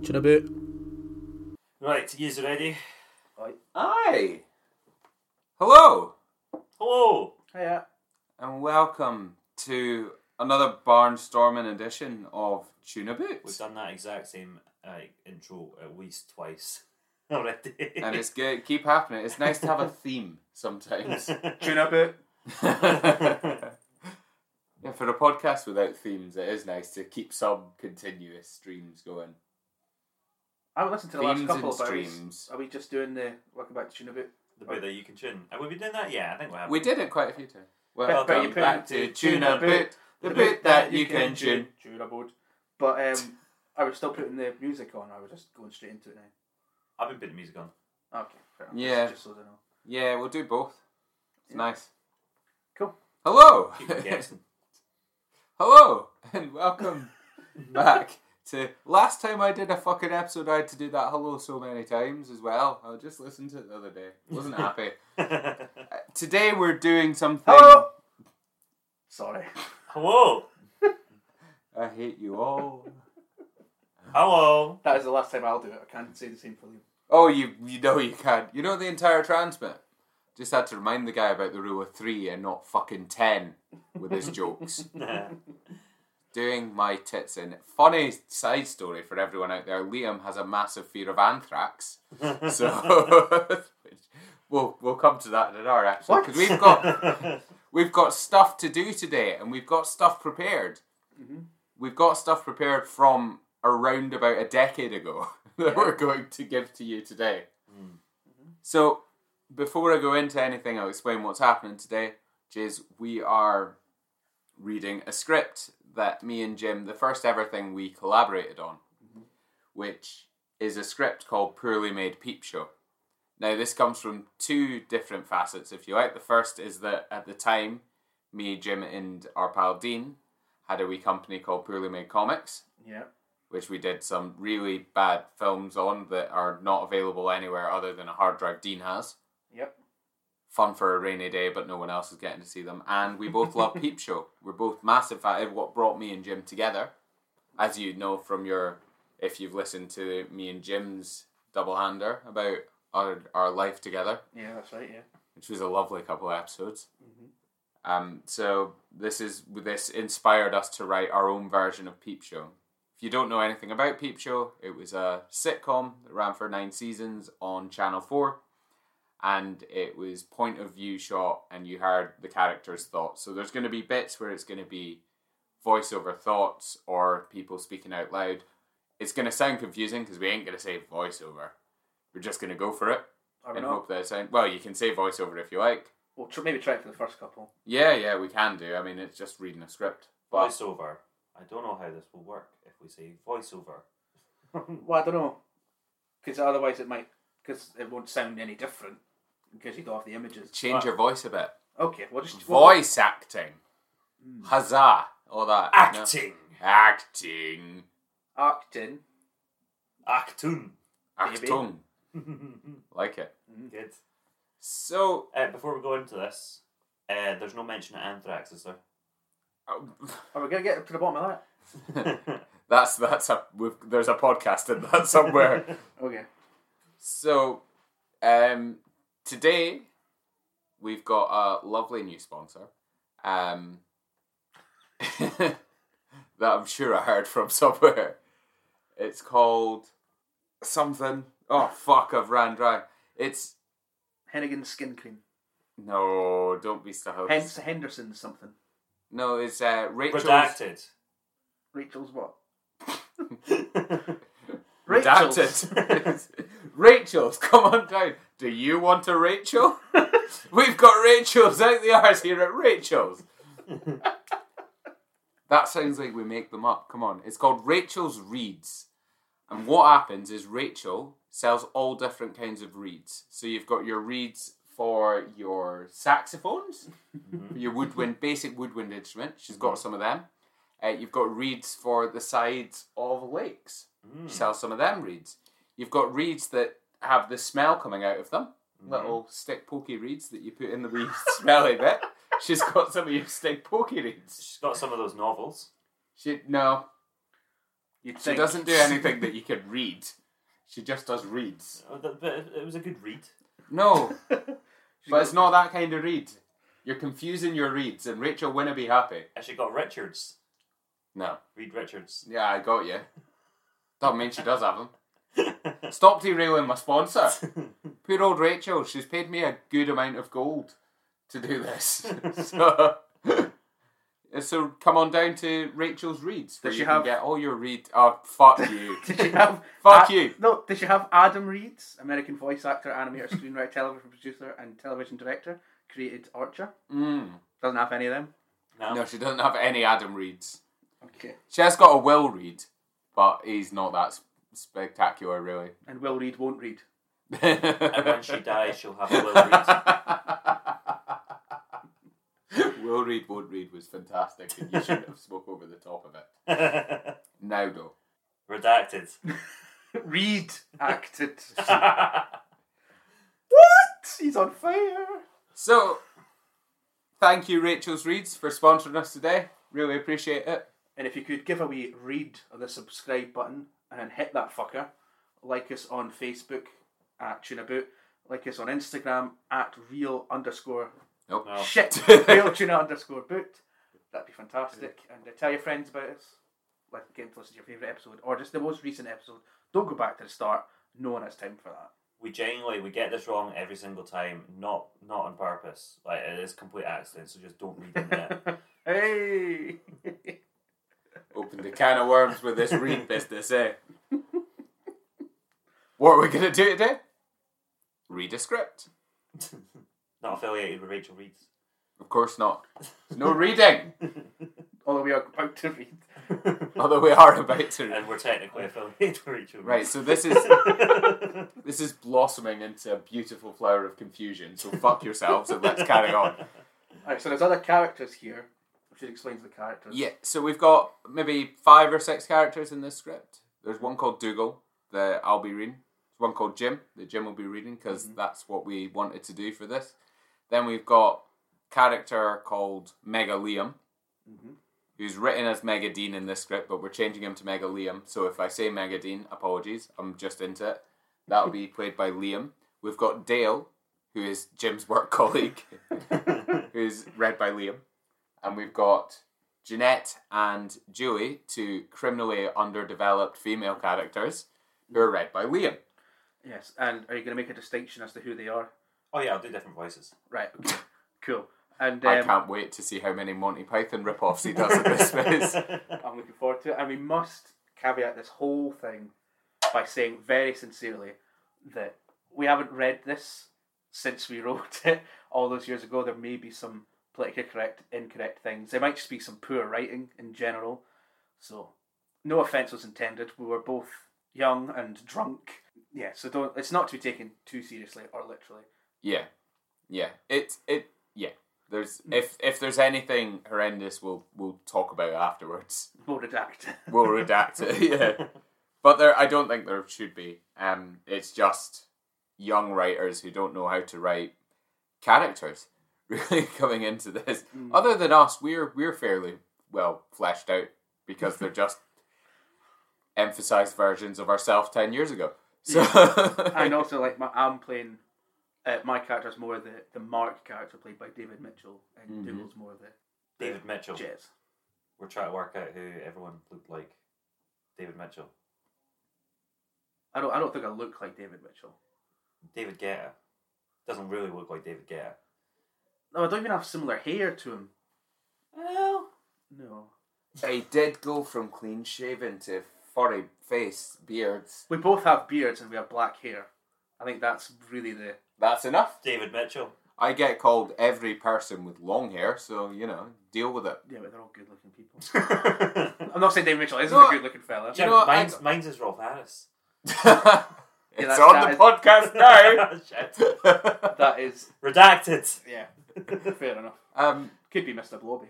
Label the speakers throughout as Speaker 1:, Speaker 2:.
Speaker 1: Catching about.
Speaker 2: Right, yous ready?
Speaker 3: Hi. Hello,
Speaker 2: Hello!
Speaker 1: Hiya.
Speaker 3: and welcome to another barnstorming edition of Tuna
Speaker 2: We've
Speaker 3: Boots.
Speaker 2: done that exact same uh, intro at least twice already.
Speaker 3: And it's good. Keep happening. It's nice to have a theme sometimes.
Speaker 1: Tuna boot.
Speaker 3: yeah, for a podcast without themes, it is nice to keep some continuous streams going.
Speaker 1: I haven't listened to the last
Speaker 3: Themes
Speaker 1: couple
Speaker 3: and
Speaker 1: of hours.
Speaker 3: streams.
Speaker 1: Are we just doing the welcome back to Tuna boot?
Speaker 2: the bit that you can tune. Have we been doing that? Yeah, I think we have.
Speaker 3: We did it quite a few times.
Speaker 1: Bet- bet you
Speaker 3: Welcome back
Speaker 1: put it
Speaker 3: to Tuna Boot, the boot that you can tune.
Speaker 1: Tuna boot. But um, I was still putting the music on. I was just going straight into it now.
Speaker 2: I've been putting music on.
Speaker 1: Okay, fair enough.
Speaker 3: Yeah.
Speaker 1: Just, just so they know.
Speaker 3: Yeah, we'll do both. It's nice.
Speaker 1: Cool.
Speaker 3: Hello.
Speaker 2: Keep guessing.
Speaker 3: Hello and welcome back to last time I did a fucking episode I had to do that hello so many times as well. I just listened to it the other day. Wasn't happy. Uh, Today we're doing something
Speaker 1: Hello. Sorry.
Speaker 2: Hello!
Speaker 3: I hate you all.
Speaker 2: Hello!
Speaker 1: That is the last time I'll do it. I can't say the same for you.
Speaker 3: Oh you you know you can't. You know the entire transmit. Just had to remind the guy about the rule of three and not fucking ten with his jokes.
Speaker 2: Nah.
Speaker 3: doing my tits in. Funny side story for everyone out there: Liam has a massive fear of anthrax, so we'll we'll come to that in our episode
Speaker 1: What?
Speaker 3: because we've got we've got stuff to do today and we've got stuff prepared. We've got stuff prepared from around about a decade ago that we're going to give to you today. So before I go into anything, I'll explain what's happening today. Jez, we are reading a script that me and Jim, the first ever thing we collaborated on, which is a script called Poorly Made Peep Show. Now, this comes from two different facets, if you like. The first is that at the time, me, Jim, and our pal Dean had a wee company called Poorly Made Comics,
Speaker 1: Yeah.
Speaker 3: which we did some really bad films on that are not available anywhere other than a hard drive Dean has
Speaker 1: Yep.
Speaker 3: fun for a rainy day, but no one else is getting to see them. And we both love Peep Show. We're both massive fan of what brought me and Jim together, as you know from your, if you've listened to me and Jim's double hander about our, our life together,
Speaker 1: Yeah, that's right. Yeah. Mm-hmm.
Speaker 3: which was a lovely couple of episodes. Um, so this is this inspired us to write our own version of Peep Show. If you don't know anything about Peep Show, it was a sitcom that ran for nine seasons on Channel Four, and it was point of view shot, and you heard the characters' thoughts. So there's going to be bits where it's going to be voiceover thoughts or people speaking out loud. It's going to sound confusing because we ain't going to say voiceover. We're just going to go for it
Speaker 1: Or
Speaker 3: and
Speaker 1: not.
Speaker 3: hope that it sound well. You can say voiceover if you like.
Speaker 1: We'll tr- maybe try it for the first couple.
Speaker 3: Yeah, yeah, we can do. I mean, it's just reading a script. But
Speaker 2: Voiceover. I don't know how this will work if we say voiceover.
Speaker 1: Hmm, Well, I don't know, because otherwise it might, because it won't sound any different, because you don't have the images.
Speaker 3: change your voice a bit.
Speaker 1: Okay, well, just
Speaker 3: Voice acting. Huzzah. All that. no?
Speaker 2: Acting!
Speaker 3: Acting.
Speaker 1: Acting.
Speaker 2: Actun!
Speaker 1: Maybe.
Speaker 3: Actung. like it.
Speaker 2: Good.
Speaker 3: So,
Speaker 2: Uh, before we go into this, uh, there's no mention of anthrax, is
Speaker 3: uh,
Speaker 1: Are we Oh, gonna get to the bottom of that?
Speaker 2: there?
Speaker 3: that's that's a we've, there's a podcast in that somewhere.
Speaker 1: Okay.
Speaker 3: So, um, today we've got a lovely new sponsor um, that I'm sure I heard from somewhere. It's called something. Oh fuck! I've ran dry. It's
Speaker 1: Hennigan's skin cream.
Speaker 3: no, don't be so.
Speaker 1: Hence Henderson's something.
Speaker 3: No, it's uh, Rachel's.
Speaker 2: Redacted.
Speaker 1: Rachel's what?
Speaker 3: Redacted. Rachel's, come on down. Do you want a Rachel? We've got Rachel's out the arse here at Rachel's. that sounds like we make them up. Come on. It's called Rachel's Reeds. And what happens is Rachel sells all different kinds of reeds. So you've got your reeds for your saxophones, your woodwind, basic woodwind instrument. She's got some of them. Uh, you've got reeds for the sides of lakes. She sells some of them reeds. You've got reeds that have the smell coming out of them. Little stick pokey reeds that you put in the wee smelly bit. She's got some of your stick pokey reeds.
Speaker 2: She's got some of those novels.
Speaker 3: She no.
Speaker 1: You'd
Speaker 3: She
Speaker 1: think.
Speaker 3: doesn't do anything that you can read. She just does reads.
Speaker 2: Oh, that- But it- it was a good read.
Speaker 3: No,
Speaker 1: She
Speaker 3: but
Speaker 1: goes-
Speaker 3: it's not that kind of read. You're confusing your reads, and Rachel wouldn't be happy.
Speaker 2: And she got Richards.
Speaker 3: No.
Speaker 2: Read Richards.
Speaker 3: Yeah, I got you. Doesn't mean she does have them. Stop derailing my sponsor. Poor old Rachel, she's paid me a good amount of gold to do this. so, uh, so come on down to Rachel's Reads, where
Speaker 1: Does she
Speaker 3: you can
Speaker 1: have-
Speaker 3: get all your read. Oh, fuck you.
Speaker 1: Did she have
Speaker 3: Fuck
Speaker 1: Ad-
Speaker 3: you.
Speaker 1: No, did she have Adam Reeds, American voice actor, animator, screenwriter, television producer, and television director, created Archer?
Speaker 3: Mm.
Speaker 1: Doesn't have any of them.
Speaker 2: no.
Speaker 3: No, she doesn't have any Adam Reeds.
Speaker 1: Okay.
Speaker 3: She has got a Will Reed, but he's not that s- spectacular, really.
Speaker 1: And Will Reed won't read.
Speaker 2: And when she dies, she'll have a little read.
Speaker 3: Will Reed won't read was fantastic, and you shouldn't have spoke over the top of it. Now though,
Speaker 2: Redacted.
Speaker 1: Reed acted.
Speaker 2: That's
Speaker 1: what? He's on fire.
Speaker 3: so thank you, Rachel's Reeds, for sponsoring us today. Really appreciate it.
Speaker 1: And if you could give a wee read of the subscribe button and then hit that fucker, like us on Facebook at Tunaboot, like us on Instagram at real underscore
Speaker 3: Nope.
Speaker 2: No.
Speaker 1: shit real tuna underscore boot. That'd be fantastic. And uh, tell your friends about us. Like, get to listen to your favourite episode or just the most recent episode. Don't go back to the start. No one has time for that.
Speaker 2: we genuinely we get this wrong every single time. Not not on purpose. Like it is complete accident. So just don't read the net.
Speaker 1: Hey!
Speaker 3: Opened a can of worms with this read business, eh? what are we gonna do today? Read a script.
Speaker 2: not affiliated with Rachel Reeds.
Speaker 3: Of course not. No reading.
Speaker 1: Although we are about to read.
Speaker 3: Although we are about to read.
Speaker 2: and we're technically affiliated with Rachel
Speaker 3: Right,
Speaker 2: Reeds.
Speaker 3: so this is this is blossoming into a beautiful flower of confusion. So fuck yourselves and let's carry on.
Speaker 1: Alright, so there's other characters here, which explains the characters.
Speaker 3: Yeah, so we've got maybe five or six characters in this script. There's one called Dougal that I'll be reading. There's one called Jim that Jim will be reading because that's what we wanted to do for this. Then we've got character called Mega Liam,
Speaker 1: Mhm.
Speaker 3: who's written as Mega Dean in this script, but we're changing him to Mega Liam. So if I say Mega Dean, apologies, I'm just into it. That'll be played by Liam. We've got Dale, who is Jim's work colleague, who's read by Liam. And we've got Jeanette and Julie, two criminally underdeveloped female characters, who are read by Liam.
Speaker 1: Yes, and are you going to make a distinction as to who they are?
Speaker 2: oh yeah, I'll do different voices.
Speaker 1: Right, okay. cool. And
Speaker 3: I
Speaker 1: um,
Speaker 3: can't wait to see how many Monty Python ripoffs he does in this space.
Speaker 1: I'm looking forward to it. And we must caveat this whole thing by saying very sincerely that we haven't read this since we wrote it all those years ago. There may be some politically correct, incorrect things. There might just be some poor writing in general. So, no offence was intended. We were both young and drunk. Yeah, so don't. It's not to be taken too seriously or literally.
Speaker 3: Yeah, yeah. It it yeah. There's if if there's anything horrendous, we'll we'll talk about it afterwards.
Speaker 1: We'll redact.
Speaker 3: We'll redact it. Yeah, but there I don't think there should be. Um, it's just young writers who don't know how to write characters really coming into this. Other than us, we're we're fairly well fleshed out because they're just emphasized versions of ourselves ten years ago. So
Speaker 1: and also like my, I'm playing uh, my character's more the the Mark character played by David Mitchell and
Speaker 3: Mhm.
Speaker 1: Dougal's more the
Speaker 2: Mm-hmm. David Mitchell.
Speaker 1: Jez.
Speaker 2: We're trying to work out who everyone looked like. David Mitchell.
Speaker 1: I don't I don't think I look like David Mitchell.
Speaker 2: David Guetta. Doesn't really look like David Guetta.
Speaker 1: No, I don't even have similar hair to him.
Speaker 2: Well,
Speaker 1: No,
Speaker 3: He did go from clean shaven to furry face beards.
Speaker 1: we both have beards and we have black hair. I think that's really the
Speaker 3: That's enough.
Speaker 2: David Mitchell.
Speaker 3: I get called every person with long hair, so you know, deal with it.
Speaker 1: yeah, but they're all good looking people.
Speaker 2: Yeah,
Speaker 1: I'm not saying David Mitchell isn't
Speaker 3: No,
Speaker 1: a good looking fella.
Speaker 3: you know what, I-
Speaker 2: mine's, mine's is Rolf Harris.
Speaker 3: it's
Speaker 1: that's-
Speaker 3: on
Speaker 1: that
Speaker 3: the
Speaker 1: is-
Speaker 3: podcast now.
Speaker 2: Shit.
Speaker 1: That is
Speaker 2: Redacted.
Speaker 1: yeah, fair enough.
Speaker 3: um,
Speaker 1: Could be Mr. Blobby.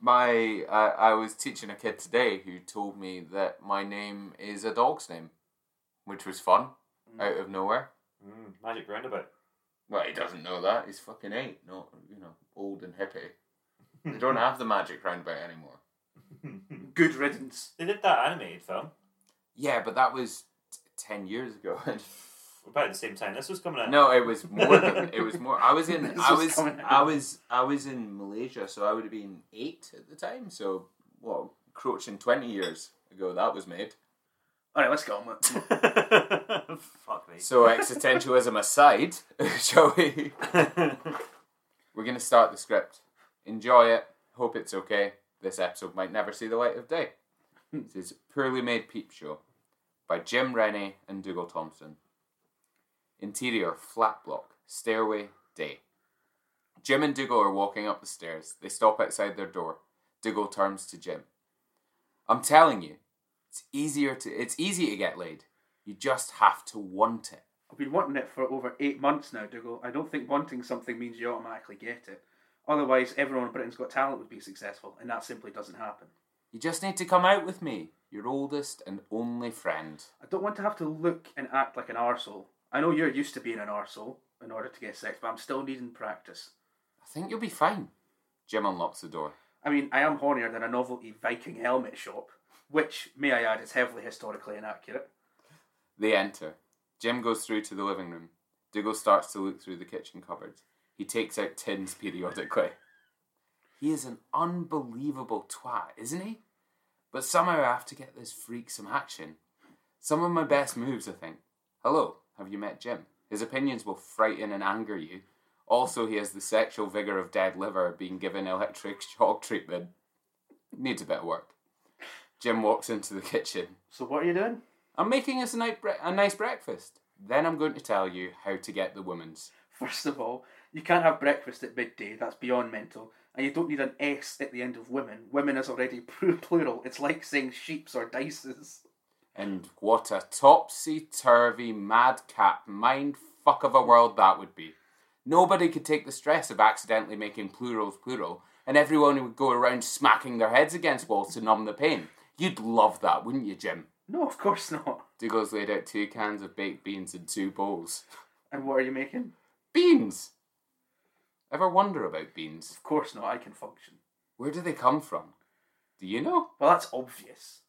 Speaker 3: my uh, I was teaching a kid today who told me that my name is a dog's name, which was fun out of nowhere.
Speaker 2: Mm, magic roundabout.
Speaker 3: Well, he doesn't know that. He's fucking eight, not you know, old and hippie. They don't have the magic roundabout anymore.
Speaker 1: good riddance.
Speaker 2: They did that animated film
Speaker 3: Yeah, but that was t- ten years ago.
Speaker 2: about the same time. This was coming out.
Speaker 3: no, it was more than it was more. I was in
Speaker 1: This
Speaker 3: I
Speaker 1: was
Speaker 3: was
Speaker 1: coming out.
Speaker 3: I was I was in Malaysia, so I would have been eight at the time. So what, approaching twenty years ago that was made.
Speaker 1: All right, let's get on with it.
Speaker 2: Fuck me.
Speaker 3: So existentialism aside, shall we? We're gonna start the script. Enjoy it. Hope it's okay. This episode might never see the light of day. This is Poorly Made Peep Show by Jim Rennie and Dougal Thompson. Interior flat block, stairway, day. Jim and Dougal are walking up the stairs. They stop outside their door. Dougal turns to Jim. I'm telling you, it's easier to it's easy to get laid. You just have to want it.
Speaker 1: I've been wanting it for over eight months now, Dougal. I don't think wanting something means you automatically get it. Otherwise, everyone in Britain's Got Talent would be successful, and that simply doesn't happen.
Speaker 3: You just need to come out with me, your oldest and only friend.
Speaker 1: I don't want to have to look and act like an arsehole. I know you're used to being an arsehole in order to get sex, but I'm still needing practice.
Speaker 3: I think you'll be fine. Jim unlocks the door.
Speaker 1: I mean, I am hornier than a novelty Viking helmet shop, which, may I add, is heavily historically inaccurate.
Speaker 3: They enter. Jim goes through to the living room. Dougal starts to look through the kitchen cupboard. He takes out tins periodically. He is an unbelievable twat, isn't he? But somehow I have to get this freak some action. Some of my best moves, I think. Hello, have you met Jim? His opinions will frighten and anger you. Also, he has the sexual vigour of dead liver being given electric shock treatment. Needs a bit of work. Jim walks into the kitchen.
Speaker 1: So, what are you doing?
Speaker 3: I'm making us a, night bre- a nice breakfast. Then I'm going to tell you how to get the woman's.
Speaker 1: First of all, you can't have breakfast at midday, that's beyond mental. And you don't need an S at the end of women. Women is already pr- plural. It's like saying sheeps or dices.
Speaker 3: And what a topsy turvy, madcap, mind fuck of a world that would be. Nobody could take the stress of accidentally making plurals plural, and everyone would go around smacking their heads against walls to numb the pain. You'd love that, wouldn't you, Jim?
Speaker 1: No, of course not.
Speaker 3: Dougal's laid out two cans of baked beans and two bowls.
Speaker 1: And what are you making?
Speaker 3: Beans! Ever wonder about beans?
Speaker 1: Of course not, I can function.
Speaker 3: Where do they come from? Do you know?
Speaker 1: Well, that's obvious.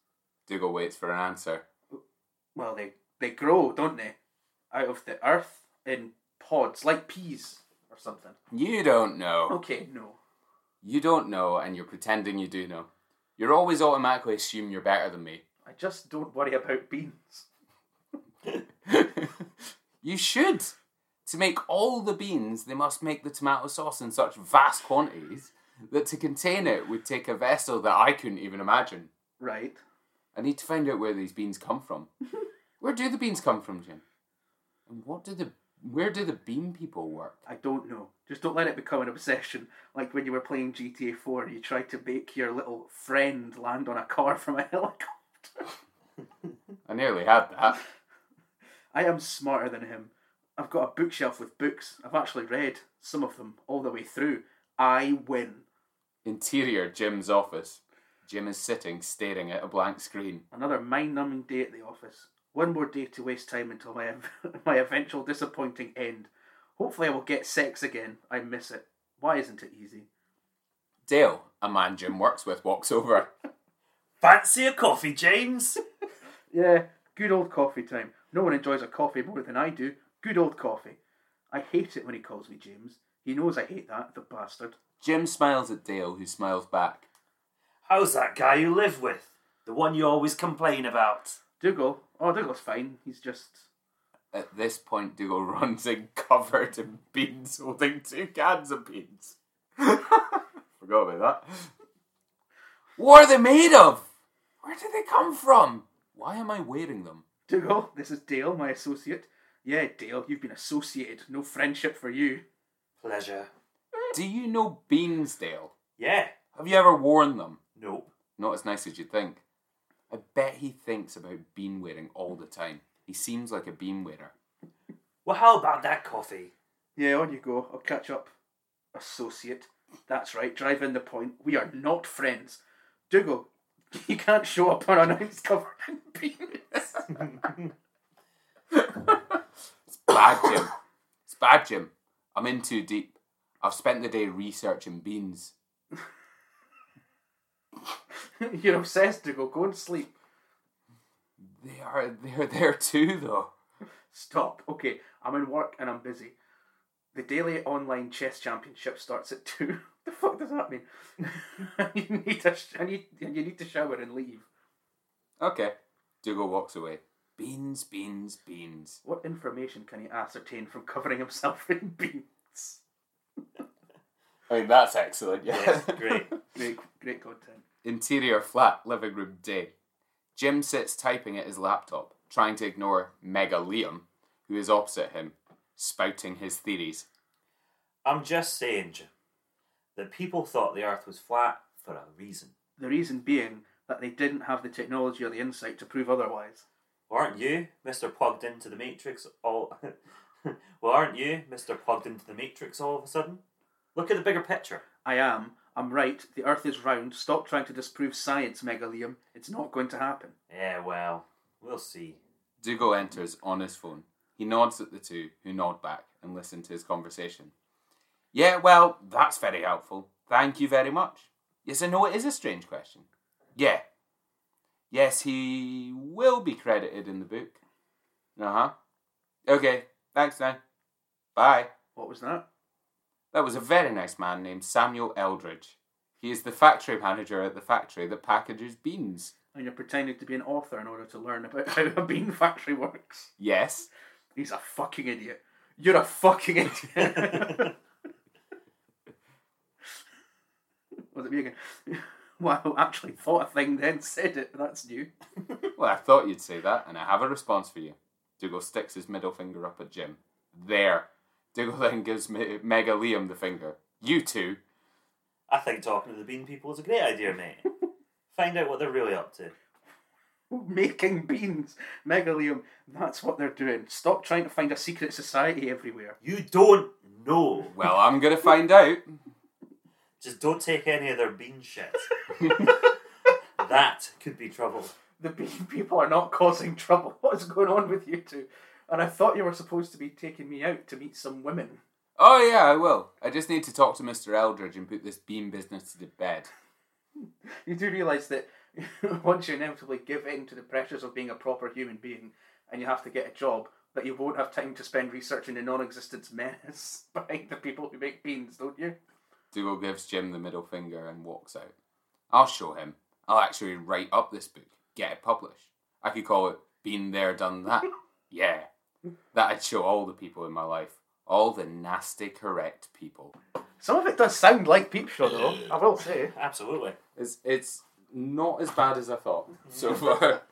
Speaker 3: Dougal waits for an answer.
Speaker 1: Well, they, they grow, don't they? Out of the earth in pods, like peas or something.
Speaker 3: You don't know.
Speaker 1: Okay, no.
Speaker 3: You don't know, and you're pretending you do know. You're always automatically assume you're better than me.
Speaker 1: I just don't worry about beans.
Speaker 3: you should. To make all the beans, they must make the tomato sauce in such vast quantities that to contain it would take a vessel that I couldn't even imagine.
Speaker 1: Right.
Speaker 3: I need to find out where these beans come from. where do the beans come from, Jim? And what do the where do the bean people work?
Speaker 1: I don't know. Just don't let it become an obsession. Like when you were playing GTA 4, you tried to make your little friend land on a car from a helicopter.
Speaker 3: I nearly had that.
Speaker 1: I am smarter than him. I've got a bookshelf with books. I've actually read some of them all the way through. I win.
Speaker 3: Interior Jim's office. Jim is sitting staring at a blank screen.
Speaker 1: Another mind numbing day at the office. One more day to waste time until my, ev- my eventual disappointing end. Hopefully, I will get sex again. I miss it. Why isn't it easy?
Speaker 3: Dale, a man Jim works with, walks over.
Speaker 2: Fancy a coffee, James?
Speaker 1: Yeah, good old coffee time. No one enjoys a coffee more than I do. Good old coffee. I hate it when he calls me James. He knows I hate that, the bastard.
Speaker 3: Jim smiles at Dale, who smiles back.
Speaker 2: How's that guy you live with? The one you always complain about.
Speaker 1: Dougal. Oh, Dougal's fine. He's just.
Speaker 3: At this point, Dougal runs in covered in beans, holding two cans of beans. Forgot about that. What are they made of? Where did they come from? Why am I wearing them?
Speaker 1: Dougal, this is Dale, my associate. Yeah, Dale, you've been associated. No friendship for you.
Speaker 2: Pleasure.
Speaker 3: Do you know beans, Dale?
Speaker 2: Yeah.
Speaker 3: Have you ever worn them?
Speaker 2: Nope.
Speaker 3: Not as nice as you'd think. I bet he thinks about bean wearing all the time. He seems like a bean wearer.
Speaker 2: Well, how about that coffee?
Speaker 1: Yeah, on you go. I'll catch up. Associate. That's right, drive in the point. We are not friends. Dougal, you can't show up unannounced covered in penis.
Speaker 3: Bad Jim. It's bad Jim. I'm in too deep. I've spent the day researching beans.
Speaker 1: You're obsessed, Dougal. Go and sleep.
Speaker 3: They are they're there too though.
Speaker 1: Stop. Okay, I'm in work and I'm busy. The daily online chess championship starts at two. the fuck does that mean? you need to sh- and you, and you need to shower and leave.
Speaker 3: Okay. Dougal walks away. Beans, beans, beans.
Speaker 1: What information can he ascertain from covering himself in beans?
Speaker 3: I mean that's excellent,
Speaker 2: Yes, great.
Speaker 1: Great, great content.
Speaker 3: Interior flat, living room day. Jim sits typing at his laptop, trying to ignore Mega Liam, who is opposite him, spouting his theories.
Speaker 2: I'm just saying Jim, that people thought the Earth was flat for a reason.
Speaker 1: The reason being that they didn't have the technology or the insight to prove otherwise.
Speaker 2: Weren't you, Mister Plugged into the Matrix? All. well, aren't you, Mister Plugged into the Matrix? All of a sudden, look at the bigger picture.
Speaker 1: I am. I'm right. The Earth is round. Stop trying to disprove science, Megalium. It's not going to happen.
Speaker 2: Yeah, well, we'll see.
Speaker 3: Dougal enters on his phone. He nods at the two, who nod back and listen to his conversation. Yeah, well, that's very helpful. Thank you very much. Yes, I know it is a strange question. Yeah. Yes, he will be credited in the book. Uh huh. Okay, thanks then. Bye.
Speaker 1: What was that?
Speaker 3: That was a very nice man named Samuel Eldridge. He is the factory manager at the factory that packages beans.
Speaker 1: And you're pretending to be an author in order to learn about how a bean factory works.
Speaker 3: Yes.
Speaker 1: He's a fucking idiot. You're a fucking idiot. was it me again? Wow, actually thought a thing then said it. That's new.
Speaker 3: Well, I thought you'd say that, and I have a response for you. Dougal sticks his middle finger up at Jim. There. Dougal then gives Me- Mega Liam the finger. You two.
Speaker 2: I think talking to the bean people is a great idea, mate. Find out what they're really up to.
Speaker 1: Making beans. Megalium, that's what they're doing. Stop trying to find a secret society everywhere.
Speaker 2: You don't know.
Speaker 3: Well, I'm going to find out.
Speaker 2: Just don't take any of their bean shit. that could be trouble.
Speaker 1: The bean people are not causing trouble. What is going on with you two? And I thought you were supposed to be taking me out to meet some women.
Speaker 3: Oh, yeah, I will. I just need to talk to Mr. Eldridge and put this bean business to bed.
Speaker 1: You do realise that once you inevitably give in to the pressures of being a proper human being and you have to get a job, that you won't have time to spend researching the non existence menace behind the people who make beans, don't you?
Speaker 3: Dougal gives Jim the middle finger and walks out. I'll show him. I'll actually write up this book, get it published. I could call it Been There, Done That. Yeah. That'd show all the people in my life, all the nasty, correct people.
Speaker 1: Some of it does sound like Peep Show, though, I will say.
Speaker 2: Absolutely.
Speaker 3: It's it's not as bad as I thought so far.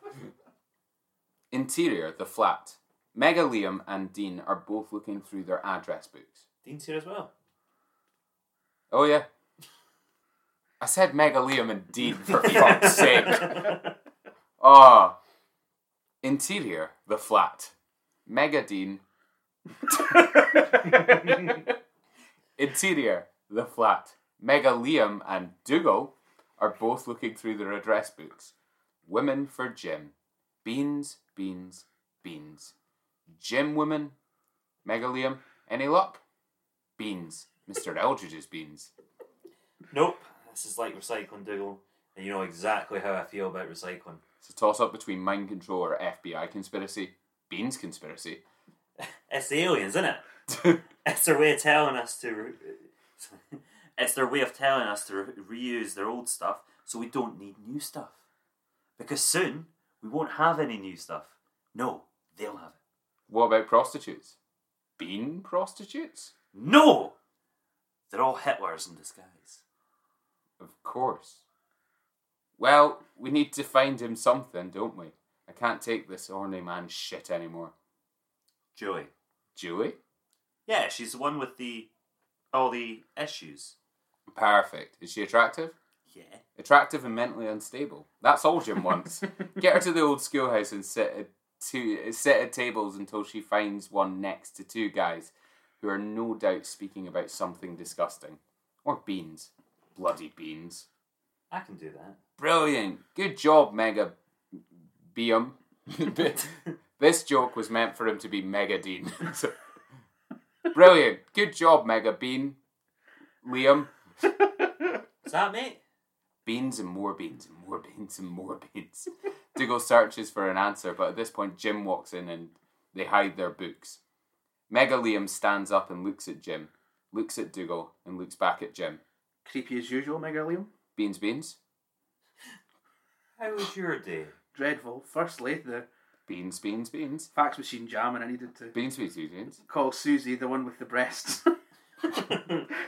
Speaker 3: Interior, the flat. Mega Liam and Dean are both looking through their address books.
Speaker 2: Dean's here as well.
Speaker 3: Oh yeah. I said Mega Liam and Dean for fuck's sake. Ah. Interior, the flat. Mega Dean. Interior, the flat. Mega Liam and Dougal are both looking through their address books. Women for Jim. Beans, beans, beans. Jim women. Mega Liam. Any luck? Beans. Mr. Eldridge's beans.
Speaker 2: Nope. This is like recycling, Dougal. And you know exactly how I feel about recycling.
Speaker 3: It's a toss up between mind control or FBI conspiracy. Beans conspiracy.
Speaker 2: It's the aliens, isn't it? It's their way of telling us to. Re- it's their way of telling us to re- reuse their old stuff, so we don't need new stuff. Because soon we won't have any new stuff. No, they'll have it.
Speaker 3: what about prostitutes? Bean prostitutes?
Speaker 2: No, they're all Hitlers in disguise.
Speaker 3: Of course. Well, we need to find him something, don't we? I can't take this orny man's shit anymore.
Speaker 2: Joey.
Speaker 3: Julie?
Speaker 2: Yeah, she's the one with the all the issues.
Speaker 3: Perfect. Is she attractive?
Speaker 2: Yeah.
Speaker 3: Attractive and mentally unstable. That's all Jim wants. Get her to the old schoolhouse and sit at two, sit at tables until she finds one next to two guys who are no doubt speaking about something disgusting. Or beans. Bloody beans.
Speaker 2: I can do that.
Speaker 3: Brilliant. Good job, Mega Beum. this joke was meant for him to be Mega Dean. So- Brilliant. Good job, Mega Bean. Liam.
Speaker 2: Is that mate?
Speaker 3: beans and more beans and more beans and more beans. Diggle searches for an answer, but at this point, Jim walks in and they hide their books. Mega Liam stands up and looks at Jim, looks at Dougal, and looks back at Jim.
Speaker 1: Creepy as usual, Mega Liam.
Speaker 3: Beans, beans,
Speaker 2: How was your day?
Speaker 1: Dreadful. Firstly, the
Speaker 3: beans, beans, beans,
Speaker 1: fax machine jam, and I needed to
Speaker 3: beans, beans, beans, beans.
Speaker 1: call Susie, the one with the breasts.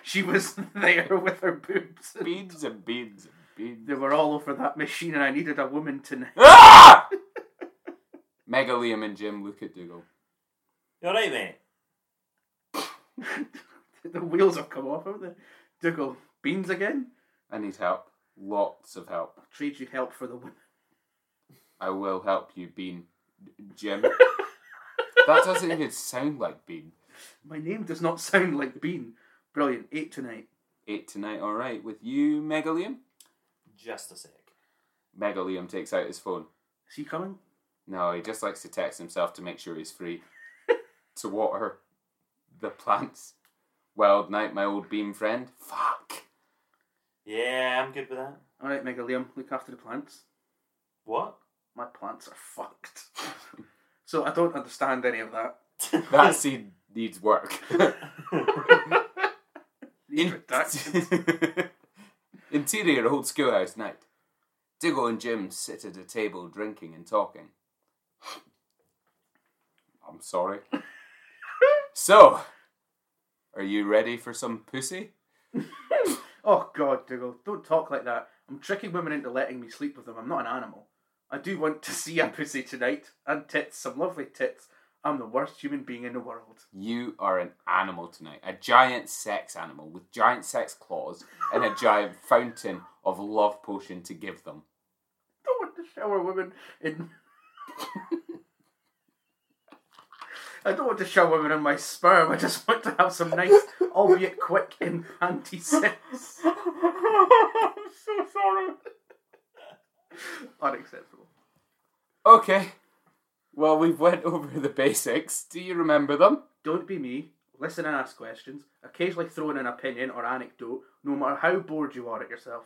Speaker 1: she was there with her boobs.
Speaker 3: beans and beans and
Speaker 1: They
Speaker 3: beans.
Speaker 1: were all over that machine, and I needed a woman tonight.
Speaker 3: Ah! Mega Liam and Jim look at Dougal.
Speaker 2: You alright, mate?
Speaker 1: the wheels have come off, haven't they? Dougal, beans again?
Speaker 3: I need help. Lots of help.
Speaker 1: I'll trade you help for the women.
Speaker 3: I will help you, Bean. Jim. that doesn't even sound like Bean.
Speaker 1: My name does not sound like Bean. Brilliant. Eight tonight.
Speaker 3: Eight tonight, alright, with you, Megalium?
Speaker 2: Just a sec.
Speaker 3: Megalium takes out his phone.
Speaker 1: Is he coming?
Speaker 3: No, he just likes to text himself to make sure he's free. to water the plants. Wild night, my old beam friend. Fuck.
Speaker 2: Yeah, I'm good with that.
Speaker 1: All right, Mega Liam, look after the plants.
Speaker 2: What?
Speaker 1: My plants are fucked. so I don't understand any of that.
Speaker 3: That seed needs work.
Speaker 1: These redactions.
Speaker 3: Interior old schoolhouse night. Diggle and Jim sit at a table drinking and talking. I'm sorry. so, are you ready for some pussy?
Speaker 1: oh God, Dougal, don't talk like that. I'm tricking women into letting me sleep with them. I'm not an animal. I do want to see a pussy tonight and tits, some lovely tits. I'm the worst human being in the world.
Speaker 3: You are an animal tonight. A giant sex animal with giant sex claws and a giant fountain of love potion to give them.
Speaker 1: don't want to shower women in. I don't want to shower women in my sperm. I just want to have some nice, albeit quick, and panty sex.
Speaker 3: I'm so sorry.
Speaker 1: Unacceptable.
Speaker 3: Okay. Well, we've went over the basics. Do you remember them?
Speaker 1: Don't be me. Listen and ask questions. Occasionally throw in an opinion or anecdote, no matter how bored you are at yourself.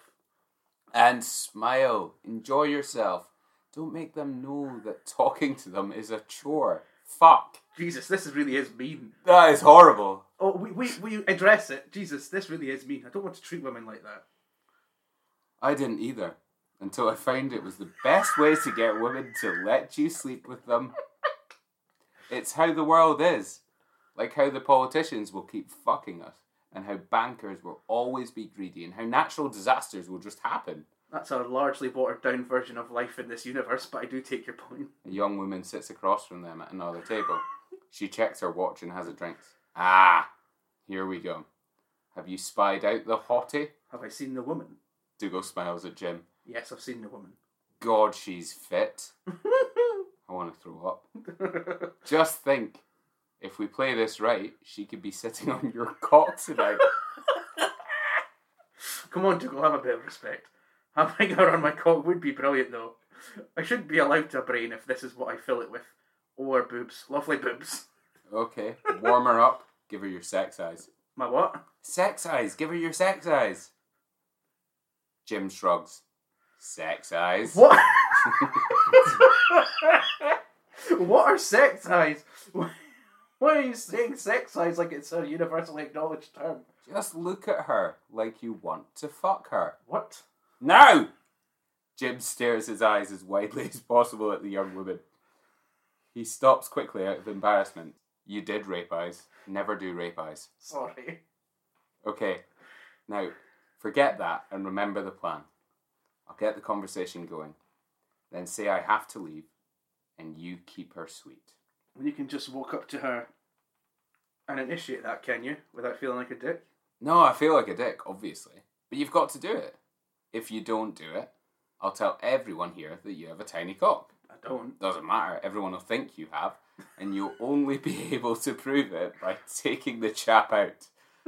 Speaker 3: And smile. Enjoy yourself. Don't make them know that talking to them is a chore. Fuck.
Speaker 1: Jesus, this is really is mean.
Speaker 3: That is horrible.
Speaker 1: Oh, we, we, we address it. Jesus, this really is mean. I don't want to treat women like that.
Speaker 3: I didn't either. Until I found it was the best way to get women to let you sleep with them. It's how the world is. Like how the politicians will keep fucking us, and how bankers will always be greedy, and how natural disasters will just happen.
Speaker 1: That's a largely watered down version of life in this universe, but I do take your point.
Speaker 3: A young woman sits across from them at another table. She checks her watch and has a drink. Ah, here we go. Have you spied out the hottie?
Speaker 1: Have I seen the woman?
Speaker 3: Dougal smiles at Jim.
Speaker 1: Yes, I've seen the woman.
Speaker 3: God, she's fit. I want to throw up. Just think, if we play this right, she could be sitting on your cock tonight.
Speaker 1: Come on, Dougal, have a bit of respect. Having her on my cock would be brilliant, though. I should be allowed to brain if this is what I fill it with. Or boobs. Lovely boobs.
Speaker 3: Okay, warm her up. Give her your sex eyes.
Speaker 1: My what?
Speaker 3: Sex eyes. Give her your sex eyes. Jim shrugs. Sex eyes.
Speaker 1: What? what are sex eyes? Why are you saying sex eyes like it's a universally acknowledged term?
Speaker 3: Just look at her like you want to fuck her.
Speaker 1: What?
Speaker 3: No! Jim stares his eyes as widely as possible at the young woman. He stops quickly out of embarrassment. You did rape eyes. Never do rape eyes.
Speaker 1: Sorry.
Speaker 3: Okay, now forget that and remember the plan. I'll get the conversation going. Then say I have to leave and you keep her sweet.
Speaker 1: You can just walk up to her and initiate that, can you? Without feeling like a dick?
Speaker 3: No, I feel like a dick, obviously. But you've got to do it. If you don't do it, I'll tell everyone here that you have a tiny cock.
Speaker 1: I don't.
Speaker 3: Doesn't matter, everyone will think you have, and you'll only be able to prove it by taking the chap out.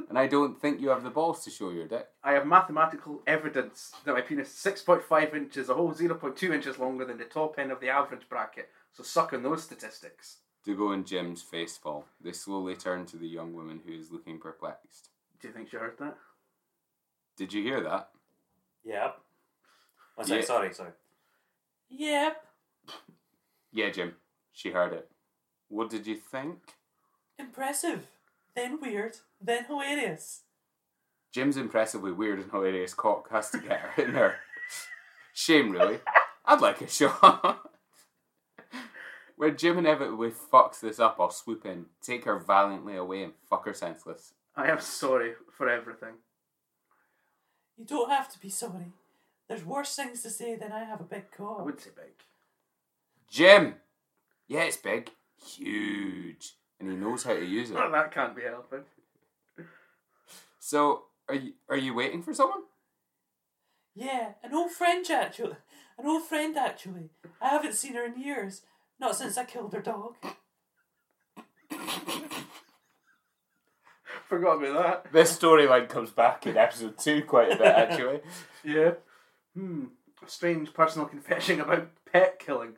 Speaker 3: And I don't think you have the balls to show your dick.
Speaker 1: I have mathematical evidence that my penis is 6.5 inches, a whole 0.2 inches longer than the top end of the average bracket. So suck on those statistics.
Speaker 3: Dougal and Jim's face fall. They slowly turn to the young woman who is looking perplexed.
Speaker 1: Do you think she heard that?
Speaker 3: Did you hear that?
Speaker 2: Yep. One sec,
Speaker 3: Yeah.
Speaker 2: sorry, sorry. Yep.
Speaker 3: Yeah, Jim. She heard it. What did you think?
Speaker 2: Impressive. Then weird. Then hilarious.
Speaker 3: Jim's impressively weird and hilarious cock has to get her in there. Shame, really. I'd like a shot. when Jim inevitably fucks this up, I'll swoop in, take her valiantly away, and fuck her senseless.
Speaker 1: I am sorry for everything.
Speaker 2: You don't have to be sorry. There's worse things to say than I have a big
Speaker 1: I
Speaker 2: cock.
Speaker 1: wouldn't say big.
Speaker 3: Jim! Yeah, it's big. Huge. And he knows how to use it.
Speaker 1: Well, that can't be helping.
Speaker 3: So, are you, are you waiting for someone?
Speaker 2: Yeah, an old friend actually. An old friend actually. I haven't seen her in years. Not since I killed her dog.
Speaker 1: Forgot about that.
Speaker 3: This storyline comes back in episode two quite a bit, actually.
Speaker 1: Yeah. Hmm. A strange personal confession about pet killing.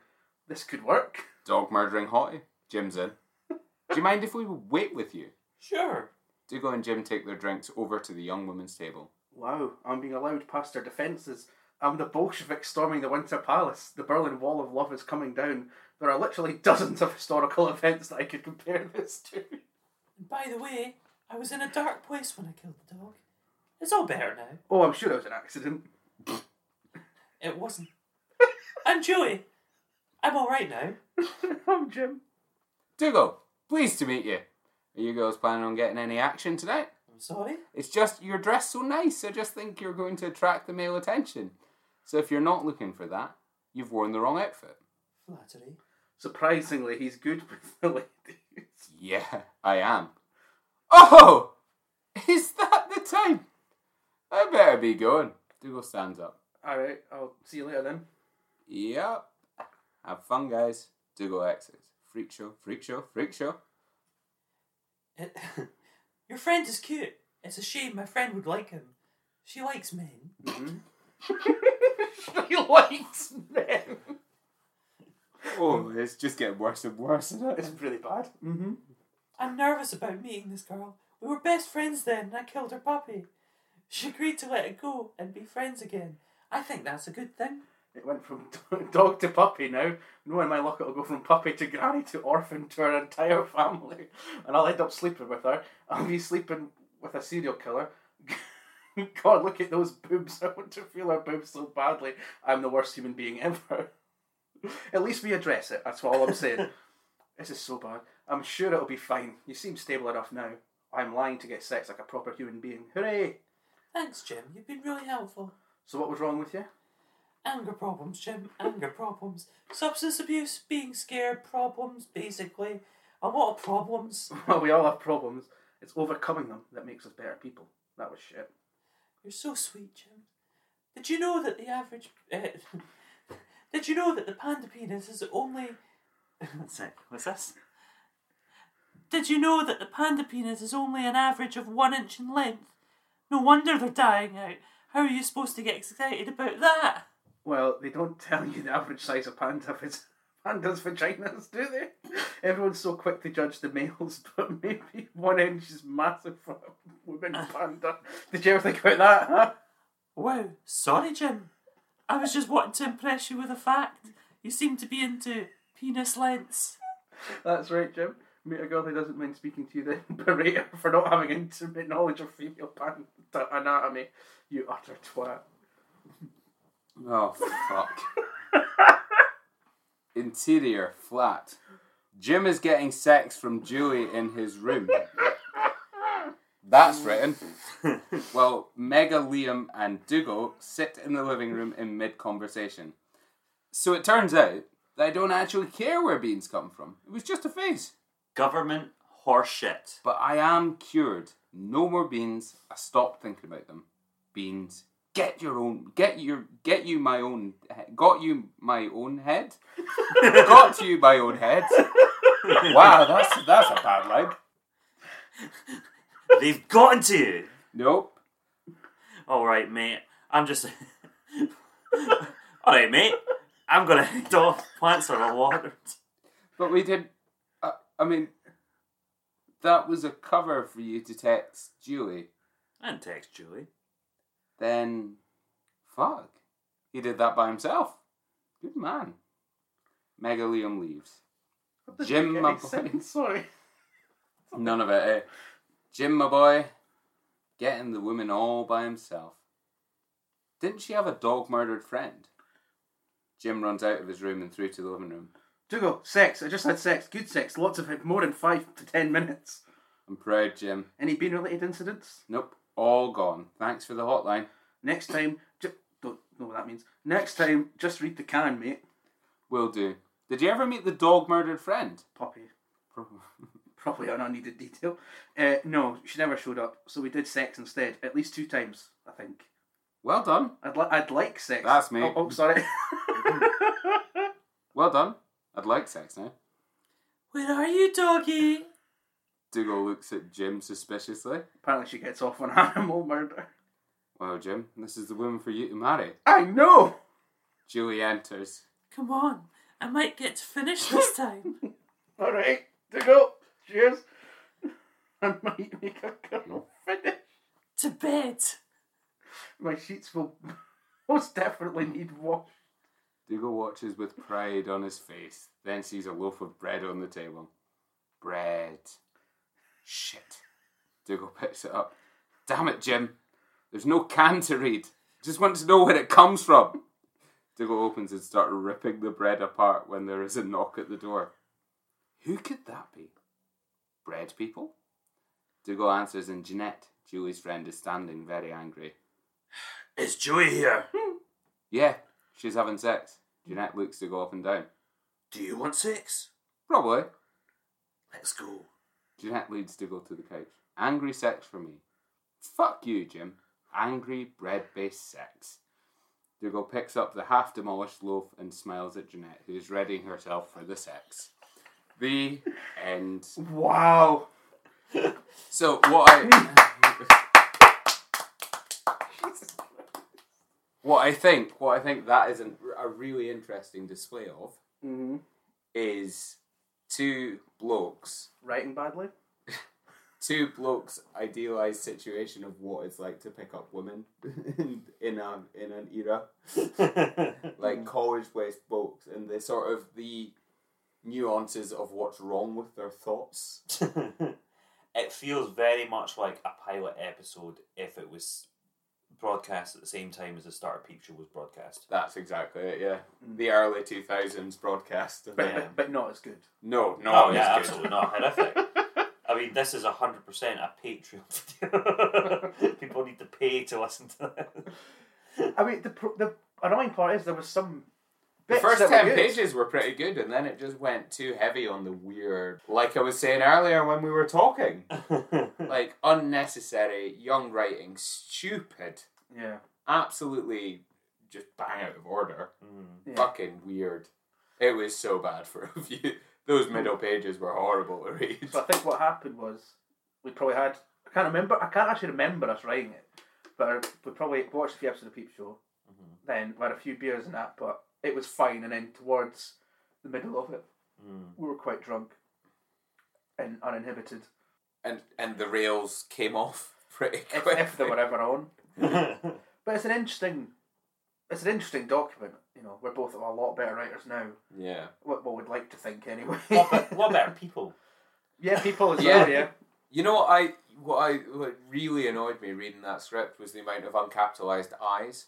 Speaker 1: This could work.
Speaker 3: Dog murdering hottie. Jim's in. Do you mind if we wait with you?
Speaker 2: Sure.
Speaker 3: Dougal and Jim take their drinks over to the young woman's table.
Speaker 1: Wow, I'm being allowed past their defences. I'm the Bolshevik storming the Winter Palace. The Berlin Wall of Love is coming down. There are literally dozens of historical events that I could compare this to.
Speaker 2: And by the way, I was in a dark place when I killed the dog. It's all better now.
Speaker 1: Oh, I'm sure that was an accident.
Speaker 2: It wasn't. I'm Joey. I'm alright now.
Speaker 1: I'm Jim.
Speaker 3: Dougal, pleased to meet you. Are you girls planning on getting any action tonight?
Speaker 2: I'm sorry.
Speaker 3: It's just you're dressed so nice, I just think you're going to attract the male attention. So if you're not looking for that, you've worn the wrong outfit.
Speaker 2: Flattery.
Speaker 1: Surprisingly, he's good with the ladies.
Speaker 3: Yeah, I am. Oh! Is that the time? I better be going. Dougal stands up.
Speaker 1: Alright, I'll see you later then.
Speaker 3: Yep. Have fun, guys. Dougal exits. Freak show, freak show, freak show.
Speaker 2: It, your friend is cute. It's a shame my friend would like him. She likes men.
Speaker 1: he likes men.
Speaker 3: Oh, it's just getting worse and worse, isn't
Speaker 1: It's really bad. Mm-hmm.
Speaker 2: I'm nervous about meeting this girl. We were best friends then, and I killed her puppy. She agreed to let it go and be friends again. I think that's a good thing.
Speaker 1: It went from dog to puppy now. Knowing my luck, it'll go from puppy to granny to orphan to her entire family. And I'll end up sleeping with her. I'll be sleeping with a serial killer. God, look at those boobs. I want to feel her boobs so badly. I'm the worst human being ever. at least we address it. That's all I'm saying. this is so bad. I'm sure it'll be fine. You seem stable enough now. I'm lying to get sex like a proper human being. Hooray!
Speaker 2: Thanks, Jim. You've been really helpful.
Speaker 1: So, what was wrong with you?
Speaker 2: Anger problems, Jim. Anger problems. Substance abuse, being scared, problems, basically. A lot of problems.
Speaker 1: Well, we all have problems. It's overcoming them that makes us better people. That was shit.
Speaker 2: You're so sweet, Jim. Did you know that the average. eh, did you know that the panda penis is only. One sec, what's this? Did you know that the panda penis is only an average of one inch in length? No wonder they're dying out. How are you supposed to get excited about that?
Speaker 1: Well, they don't tell you the average size of panda viz- pandas' vaginas, do they? Everyone's so quick to judge the males, but maybe one inch is massive for a woman panda. Did you ever think about that? Huh?
Speaker 2: Wow, sorry, Jim. I was just wanting to impress you with a fact. You seem to be into penis lengths.
Speaker 1: That's right, Jim. Meet a girl who doesn't mind speaking to you, then berate her for not having intimate knowledge of female panda anatomy. You utter twat.
Speaker 3: Oh, fuck. Interior flat. Jim is getting sex from Julie in his room. That's written. Well, Mega Liam and Dougal sit in the living room in mid conversation. So it turns out that I don't actually care where beans come from. It was just a phase.
Speaker 2: Government horseshit.
Speaker 3: But I am cured. No more beans. I stopped thinking about them. Beans. Get your own. Get your. Get you my own. he- Got you my own head. got you my own head. Wow, that's that's a bad line.
Speaker 2: They've gotten to you.
Speaker 3: Nope.
Speaker 2: All right, mate. I'm just. All right, mate. I'm gonna head off. Plants are watered.
Speaker 3: But we did. I, I mean, that was a cover for you to text Julie.
Speaker 2: And text Julie.
Speaker 3: Then, fuck. He did that by himself. Good man. Megalium leaves.
Speaker 1: That doesn't
Speaker 3: Jim,
Speaker 1: make
Speaker 3: my
Speaker 1: any
Speaker 3: boy.
Speaker 1: sense, Sorry.
Speaker 3: None of it, eh? Jim, my boy, getting the woman all by himself. Didn't she have a dog murdered friend? Jim runs out of his room and through to the living room.
Speaker 1: Dougal, sex. I just had sex. Good sex. Lots of it. More than five to ten minutes.
Speaker 3: I'm proud, Jim.
Speaker 1: Any bean related incidents?
Speaker 3: Nope, all gone. Thanks for the hotline.
Speaker 1: Next time, ju- don't know what that means. Next time, just read the can, mate.
Speaker 3: Will do. Did you ever meet the dog murdered friend?
Speaker 1: Poppy. Probably an unneeded detail. Uh, no, she never showed up, so we did sex instead. At least two times, I think.
Speaker 3: Well done.
Speaker 1: I'd, li- I'd like sex.
Speaker 3: That's me.
Speaker 1: Oh, oh, sorry.
Speaker 3: Well done. I'd like sex now.
Speaker 2: Where are you, doggy?
Speaker 3: Dougal looks at Jim suspiciously.
Speaker 1: Apparently, she gets off on animal murder.
Speaker 3: Well, Jim, this is the woman for you to marry.
Speaker 1: I know!
Speaker 3: Julie enters.
Speaker 2: Come on, I might get to finish this time.
Speaker 1: All right, to go. Cheers. I might make a girl finish.
Speaker 2: to bed.
Speaker 1: My sheets will most definitely need wash.
Speaker 3: Dougal watches with pride on his face, then sees a loaf of bread on the table. Bread. Shit. Dougal picks it up. Damn it, Jim. There's no can to read. Just want to know where it comes from. Dougal opens and starts ripping the bread apart when there is a knock at the door. Who could that be? Bread people? Dougal answers, and Jeanette, Julie's friend, is standing very angry.
Speaker 2: Is Joey here?
Speaker 3: Yeah, she's having sex. Jeanette looks Dougal up and down.
Speaker 2: Do you want sex?
Speaker 3: Probably.
Speaker 2: Let's go.
Speaker 3: Jeanette leads Dougal to the couch. Angry sex for me. Fuck you, Jim. Angry bread based sex. Dougal picks up the half demolished loaf and smiles at Jeanette, who is readying herself for the sex. The end.
Speaker 1: Wow.
Speaker 3: So, what I. What I think, what I think that is an, a really interesting display of
Speaker 1: Mm-hmm.
Speaker 3: is two blokes
Speaker 1: Writing badly?
Speaker 3: two blokes idealized situation of what it's like to pick up women in, in a in an era
Speaker 2: Mm.
Speaker 3: like college based blokes and the sort of the nuances of what's wrong with their thoughts
Speaker 2: it feels very much like a pilot episode if it was broadcast at the same time as the start of Peep Show was broadcast.
Speaker 3: that's exactly it yeah the early 2000s broadcast of
Speaker 1: But,
Speaker 3: it.
Speaker 2: Yeah.
Speaker 1: but, but not as good.
Speaker 3: no no
Speaker 2: Oh,
Speaker 3: it's
Speaker 2: yeah,
Speaker 3: good.
Speaker 2: absolutely not. Horrific. I mean, this is 100% a Patreon video. People need to pay to listen to this.
Speaker 1: I mean, the, pro- the annoying part is there was some.
Speaker 3: the
Speaker 1: bits
Speaker 3: first
Speaker 1: that were
Speaker 3: 10
Speaker 1: good.
Speaker 3: pages were pretty good and then it just went too heavy on the weird like i was saying earlier when we were talking like unnecessary young writing stupid
Speaker 1: Yeah.
Speaker 3: absolutely just bang out of order.
Speaker 2: Mm.
Speaker 1: Yeah.
Speaker 3: Fucking weird. It was so bad for a few. Those middle pages were horrible to read.
Speaker 1: So I think what happened was we probably had I can't remember I can't actually remember us writing it, but we probably watched a few episodes of Peep Show,
Speaker 3: Mm-hmm.
Speaker 1: then we had a few beers and that, but it was fine. And then towards the middle of it,
Speaker 2: Mm.
Speaker 1: we were quite drunk and uninhibited,
Speaker 3: And and the rails came off pretty
Speaker 1: if,
Speaker 3: quick.
Speaker 1: if they were ever on.
Speaker 2: mm.
Speaker 1: But it's an interesting, it's an interesting document. You know, we're both a lot better writers now.
Speaker 3: Yeah.
Speaker 1: What well, we'd like to think anyway.
Speaker 2: what, about- what about people?
Speaker 1: yeah, people as
Speaker 3: Yeah.
Speaker 1: well. Yeah,
Speaker 3: You know what I what I what really annoyed me reading that script was the amount of uncapitalized I's.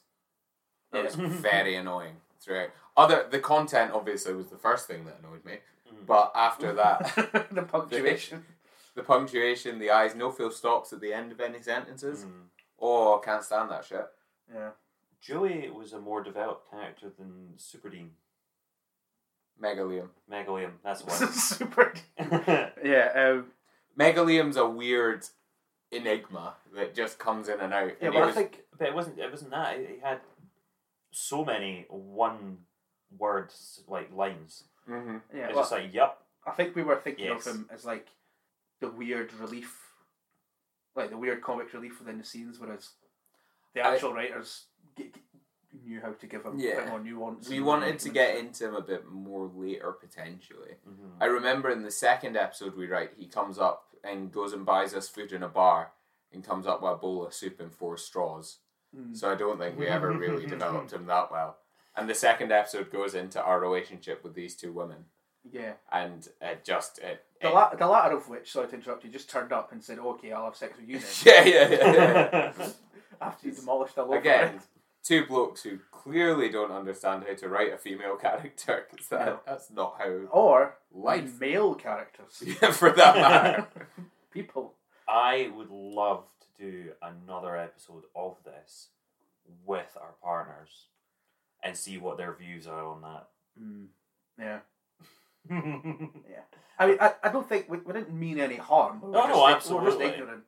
Speaker 3: That was
Speaker 2: Yeah.
Speaker 3: very annoying throughout. Other the content obviously was the first thing that annoyed me.
Speaker 2: Mm,
Speaker 3: But after that
Speaker 1: the punctuation.
Speaker 3: the punctuation, the eyes, no full stops at the end of any sentences.
Speaker 2: Mm.
Speaker 3: Oh, can't stand that shit.
Speaker 1: Yeah,
Speaker 2: Joey was a more developed character than Super Dean.
Speaker 3: Megalium.
Speaker 2: Megalium, that's
Speaker 1: This
Speaker 2: one.
Speaker 1: is super. Yeah, um,
Speaker 3: Megalium's a weird enigma that just comes in and out.
Speaker 1: yeah.
Speaker 3: and
Speaker 1: Well,
Speaker 3: it
Speaker 1: I
Speaker 3: was-
Speaker 1: think
Speaker 2: but it wasn't. It wasn't that. He had so many one-word like lines.
Speaker 3: Mhm.
Speaker 1: Yeah,
Speaker 2: It's
Speaker 1: well,
Speaker 2: just like, yep.
Speaker 1: I think we were thinking
Speaker 2: Yes.
Speaker 1: of him as like the weird relief, like the weird comic relief within the scenes, whereas the
Speaker 3: I-
Speaker 1: actual writers g- g- knew how to give him a
Speaker 3: Yeah.
Speaker 1: bit more nuance.
Speaker 3: We
Speaker 1: and
Speaker 3: wanted to get
Speaker 1: movement.
Speaker 3: into him a bit more later, potentially.
Speaker 2: Mhm.
Speaker 1: Hmm.
Speaker 3: I remember in the second episode we write, he comes up and goes and buys us food in a bar and comes up with a bowl of soup and four straws.
Speaker 1: Hmm.
Speaker 3: So I don't think we ever really developed him that well. And the second episode goes into our relationship with these two women,
Speaker 1: Yeah.
Speaker 3: and it just it.
Speaker 1: The,
Speaker 3: it-
Speaker 1: la- the latter of which, sorry to interrupt you, just turned up and said, okay, I'll have sex with you then.
Speaker 3: yeah, yeah, yeah, yeah.
Speaker 1: After you demolished a lot
Speaker 3: Again, two blokes who clearly don't understand how to write a female character 'cause that,
Speaker 1: No.
Speaker 3: that's not how
Speaker 1: Or
Speaker 3: life
Speaker 1: male characters.
Speaker 3: for that matter.
Speaker 1: People.
Speaker 2: I would love to do another episode of this with our partners and see what their views are on that.
Speaker 1: Hmm. Yeah.
Speaker 2: no,
Speaker 1: I mean, I, I don't think we, we didn't mean any harm. We were
Speaker 2: No,
Speaker 1: just ig-
Speaker 2: no,
Speaker 1: We were
Speaker 2: absolutely.
Speaker 1: just ignorant.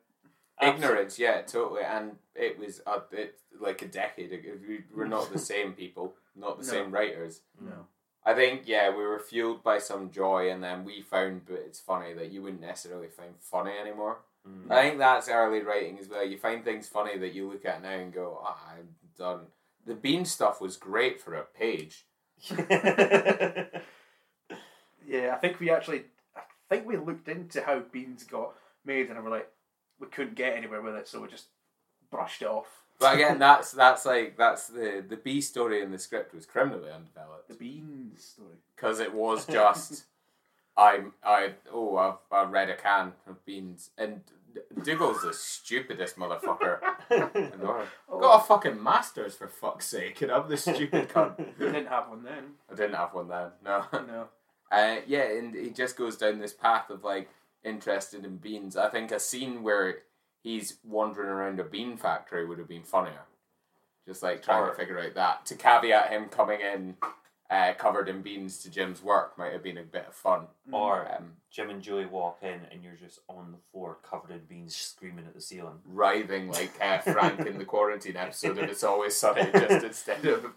Speaker 3: Ignorance, yeah, totally. And it was uh, it, like a decade ago. We were not the same people, not the
Speaker 1: No.
Speaker 3: same writers.
Speaker 1: No.
Speaker 3: I think, yeah, we were fueled by some joy, and then we found, but it's funny that you wouldn't necessarily find funny anymore.
Speaker 2: Mm.
Speaker 3: I think that's early writing as well. You find things funny that you look at now and go, ah, I'm done. The bean stuff was great for a page.
Speaker 2: Mm.
Speaker 1: Yeah, I think we actually, I think we looked into how beans got made, and we were like, we couldn't get anywhere with it, so we just brushed it off.
Speaker 3: But again, that's that's like that's the the B story in the script was criminally undeveloped.
Speaker 1: The beans story.
Speaker 3: because it was just I'm I oh I've, I read a can of beans and Diggle's the stupidest motherfucker. in the world. Got a fucking masters for fuck's sake, and I'm the stupid
Speaker 1: We
Speaker 3: cunt.
Speaker 1: didn't have one then.
Speaker 3: I didn't have one then. No.
Speaker 1: No.
Speaker 3: Uh, yeah, and he just goes down this path of like interested in beans. I think a scene where he's wandering around a bean factory would have been funnier. Just like trying
Speaker 2: Or-
Speaker 3: to figure out that. To caveat him coming in uh, covered in beans to Jim's work might have been a bit of fun.
Speaker 2: or
Speaker 3: Um,
Speaker 2: Jim and Julie walk in and you're just on the floor covered in beans screaming at the ceiling.
Speaker 3: writhing like uh, Frank in the quarantine episode of It's Always Sunny, just instead of.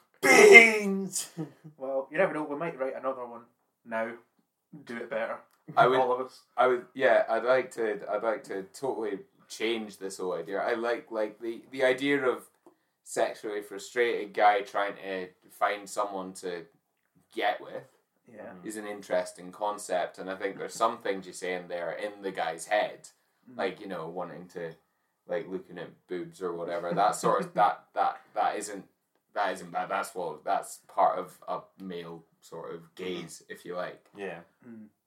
Speaker 2: Beans!
Speaker 1: Well, you never know. We might write another one now. Do it better.
Speaker 3: I would
Speaker 1: All of us.
Speaker 3: I would, yeah, I'd like to, I'd like to totally change this whole idea. I like, like the the idea of sexually frustrated guy trying to find someone to get with
Speaker 1: Yeah.
Speaker 3: is an interesting concept, and I think there's some things you say in there in the guy's head, like you know wanting to, like looking at boobs or whatever. That sort of that that that isn't that isn't bad. That's what that's part of a male sort of gaze, if you like.
Speaker 2: Yeah.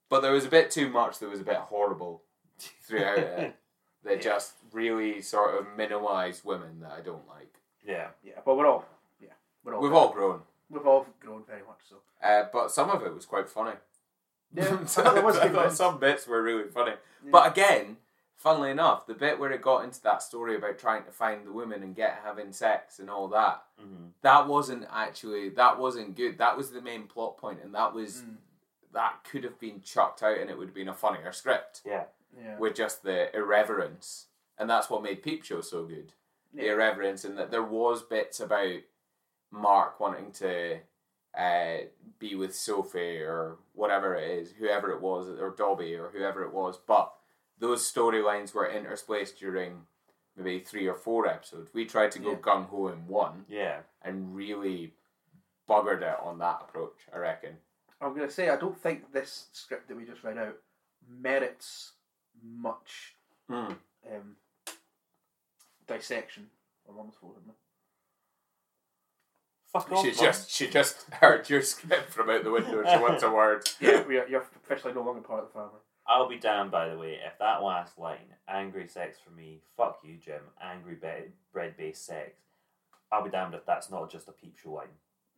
Speaker 3: But there was a bit too much that was a bit horrible throughout it. They
Speaker 1: Yeah.
Speaker 3: just really sort of minimise women that I don't like.
Speaker 2: Yeah.
Speaker 1: Yeah. But we're all. Yeah. We're all.
Speaker 3: We've all grown.
Speaker 1: We've all grown very much. So.
Speaker 3: Uh, but some of it was quite funny.
Speaker 1: Yeah.
Speaker 3: So
Speaker 1: There was
Speaker 3: I
Speaker 1: good
Speaker 3: thought
Speaker 1: bits.
Speaker 3: some bits were really funny. But again, funnily enough, the bit where it got into that story about trying to find the women and get having sex and all that,
Speaker 1: Mm-hmm.
Speaker 2: Mhm.
Speaker 3: that wasn't actually that wasn't good. That was the main plot point, and that was
Speaker 1: Mm.
Speaker 3: that could have been chucked out, and it would have been a funnier script.
Speaker 2: Yeah.
Speaker 1: Yeah.
Speaker 3: with just the irreverence, and that's what made Peep Show so good. The
Speaker 1: Yeah.
Speaker 3: irreverence, and that there was bits about Mark wanting to uh, be with Sophie or whatever it is, whoever it was, or Dobby or whoever it was, but those storylines were interspaced during maybe three or four episodes. We tried to go
Speaker 1: Yeah.
Speaker 3: gung ho in one
Speaker 2: Yeah.
Speaker 3: and really buggered it on that approach, I reckon.
Speaker 1: I'm going to say I don't think this script that we just read out merits much
Speaker 3: Hmm.
Speaker 1: um, dissection. My mum's phoned me.
Speaker 2: Fuck off.
Speaker 3: She
Speaker 2: man.
Speaker 3: just she just heard your script from out the window. She wants a word.
Speaker 1: Yeah, we are, you're officially no longer part of the family.
Speaker 2: I'll be damned, by the way, if that last line, angry sex for me, fuck you, Jim, angry be- bread based sex, I'll be damned if that's not just a peep show line.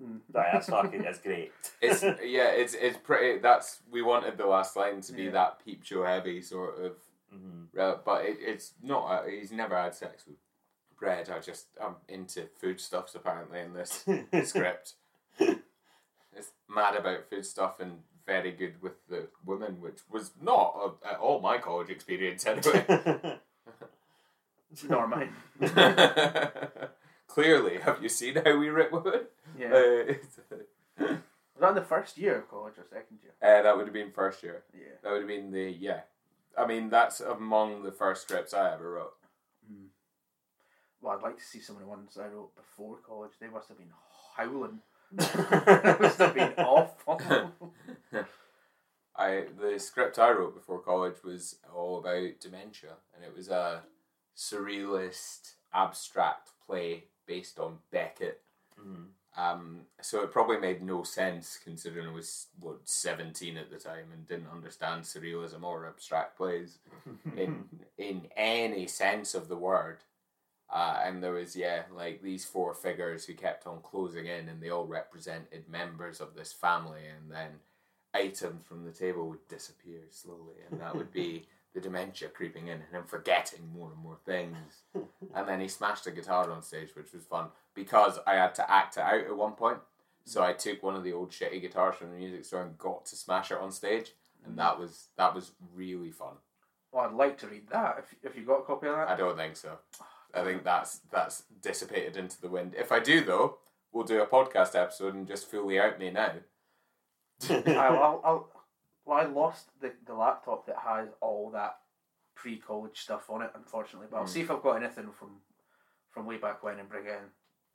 Speaker 1: Mm.
Speaker 2: Like, that's fucking, that's great.
Speaker 3: it's yeah, it's it's pretty. That's we wanted the last line to be
Speaker 1: Yeah.
Speaker 3: that peep show heavy sort of,
Speaker 2: Mhm.
Speaker 3: re- but it, it's not. uh, He's never had sex with bread. I just I'm into foodstuffs apparently in this script. It's mad about foodstuff and very good with the women, which was not a, at all my college experience anyway.
Speaker 1: Nor mine.
Speaker 3: Clearly, have you seen how we rip women?
Speaker 1: Yeah.
Speaker 3: Uh, it's-
Speaker 1: was that in the first year of college or second year?
Speaker 3: uh, that would have been first year.
Speaker 1: Yeah.
Speaker 3: That would have been the yeah. I mean, that's among the first scripts I ever wrote.
Speaker 1: Hmm. Well, I'd like to see some of the ones I wrote before college. They must have been howling. it must have been awful.
Speaker 3: I the script I wrote before college was all about dementia, and it was a surrealist abstract play based on Beckett.
Speaker 2: Mhm.
Speaker 3: Um, so it probably made no sense considering I was what seventeen at the time and didn't understand surrealism or abstract plays
Speaker 2: Mm-hmm.
Speaker 3: in in any sense of the word. Uh, and there was yeah, like these four figures who kept on closing in, and they all represented members of this family. And then items from the table would disappear slowly, and that would be the dementia creeping in and him forgetting more and more things. and then he smashed a guitar on stage, which was fun because I had to act it out at one point. So I took one of the old shitty guitars from the music store and got to smash it on stage,
Speaker 1: Mm.
Speaker 3: and that was that was really fun.
Speaker 1: Well, I'd like to read that. If, if you got a copy of that,
Speaker 3: I don't think so. I think that's that's dissipated into the wind. If I do though, we'll do a podcast episode and just fully out me now.
Speaker 1: I, I'll, I'll, well, I lost the, the laptop that has all that pre college stuff on it, unfortunately.
Speaker 3: Hmm.
Speaker 1: But I'll see if I've got anything from from way back when and bring it in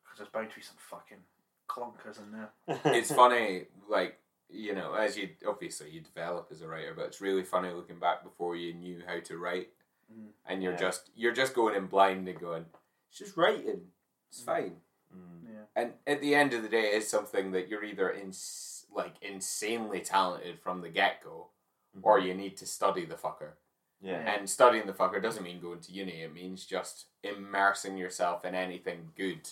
Speaker 1: because there's bound to be some fucking clunkers in there.
Speaker 3: it's funny, like you know, as you obviously you develop as a writer, but it's really funny looking back before you knew how to write,
Speaker 1: Mm.
Speaker 3: and you're
Speaker 2: Yeah.
Speaker 3: just you're just going in blind and going, it's just writing, it's fine.
Speaker 2: Mm.
Speaker 1: Yeah.
Speaker 3: And at the end of the day, it is something that you're either ins- like insanely talented from the get go,
Speaker 2: Mm.
Speaker 3: or you need to study the fucker.
Speaker 2: yeah.
Speaker 3: And studying the fucker doesn't mean going to uni. It means just immersing yourself in anything good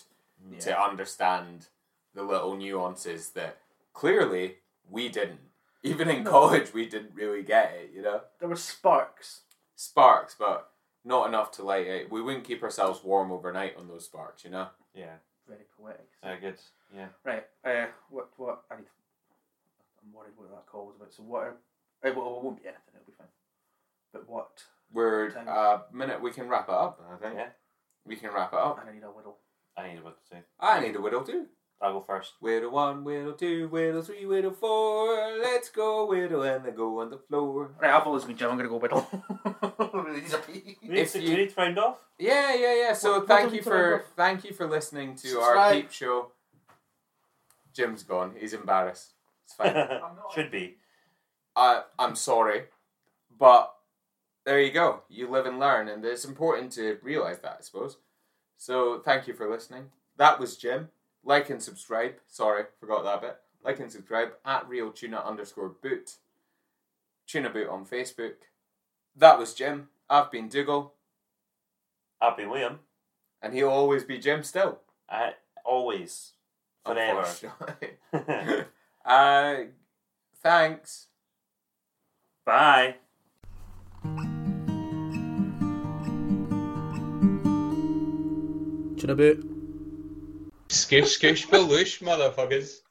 Speaker 3: to understand the little nuances that clearly we didn't. Even in
Speaker 1: No.
Speaker 3: college, we didn't really get it, you know?
Speaker 1: There were sparks.
Speaker 3: Sparks, but not enough to light it. We wouldn't keep ourselves warm overnight on those sparks, you know?
Speaker 2: Yeah.
Speaker 1: Very poetic.
Speaker 2: Uh, good. Yeah.
Speaker 1: Right. Uh, what? What? I need. I'm worried what that call was about. So what? Are, eh, well, it won't be anything. It'll be fine. But what?
Speaker 3: We're
Speaker 1: Time.
Speaker 3: a minute, we can wrap it up, I think.
Speaker 2: Yeah.
Speaker 3: We can wrap it up.
Speaker 1: And I need a whittle.
Speaker 2: I need what to say.
Speaker 3: I need a whittle too.
Speaker 2: I'll go first.
Speaker 3: Whittle one, whittle two, whittle three, whittle four. Let's go, whittle, and then go on the floor.
Speaker 1: Right. I've always been Jim. I'm gonna go whittle. These are pee.
Speaker 2: We need,
Speaker 3: If
Speaker 2: to,
Speaker 3: you-
Speaker 2: we need to round off.
Speaker 3: Yeah, yeah, yeah. So
Speaker 1: What- what
Speaker 3: thank
Speaker 1: did
Speaker 3: you
Speaker 1: we turn
Speaker 3: for
Speaker 1: off?
Speaker 3: thank you for listening to our
Speaker 1: Subscribe.
Speaker 3: peep show. Jim's gone. He's embarrassed. It's fine.
Speaker 2: Should be.
Speaker 3: I I'm sorry, but there you go. You live and learn, and it's important to realize that, I suppose. So thank you for listening. That was Jim. Like and subscribe. Sorry, forgot that bit. Like and subscribe at real tuna underscore boot. Tuna boot on Facebook. That was Jim. I've been Dougal,
Speaker 2: I've been William.
Speaker 3: and he'll always be Jim still.
Speaker 2: I always, forever.
Speaker 3: Unfortunately. uh, thanks.
Speaker 2: Bye.
Speaker 4: Scoosh, scoosh, baloosh, motherfuckers.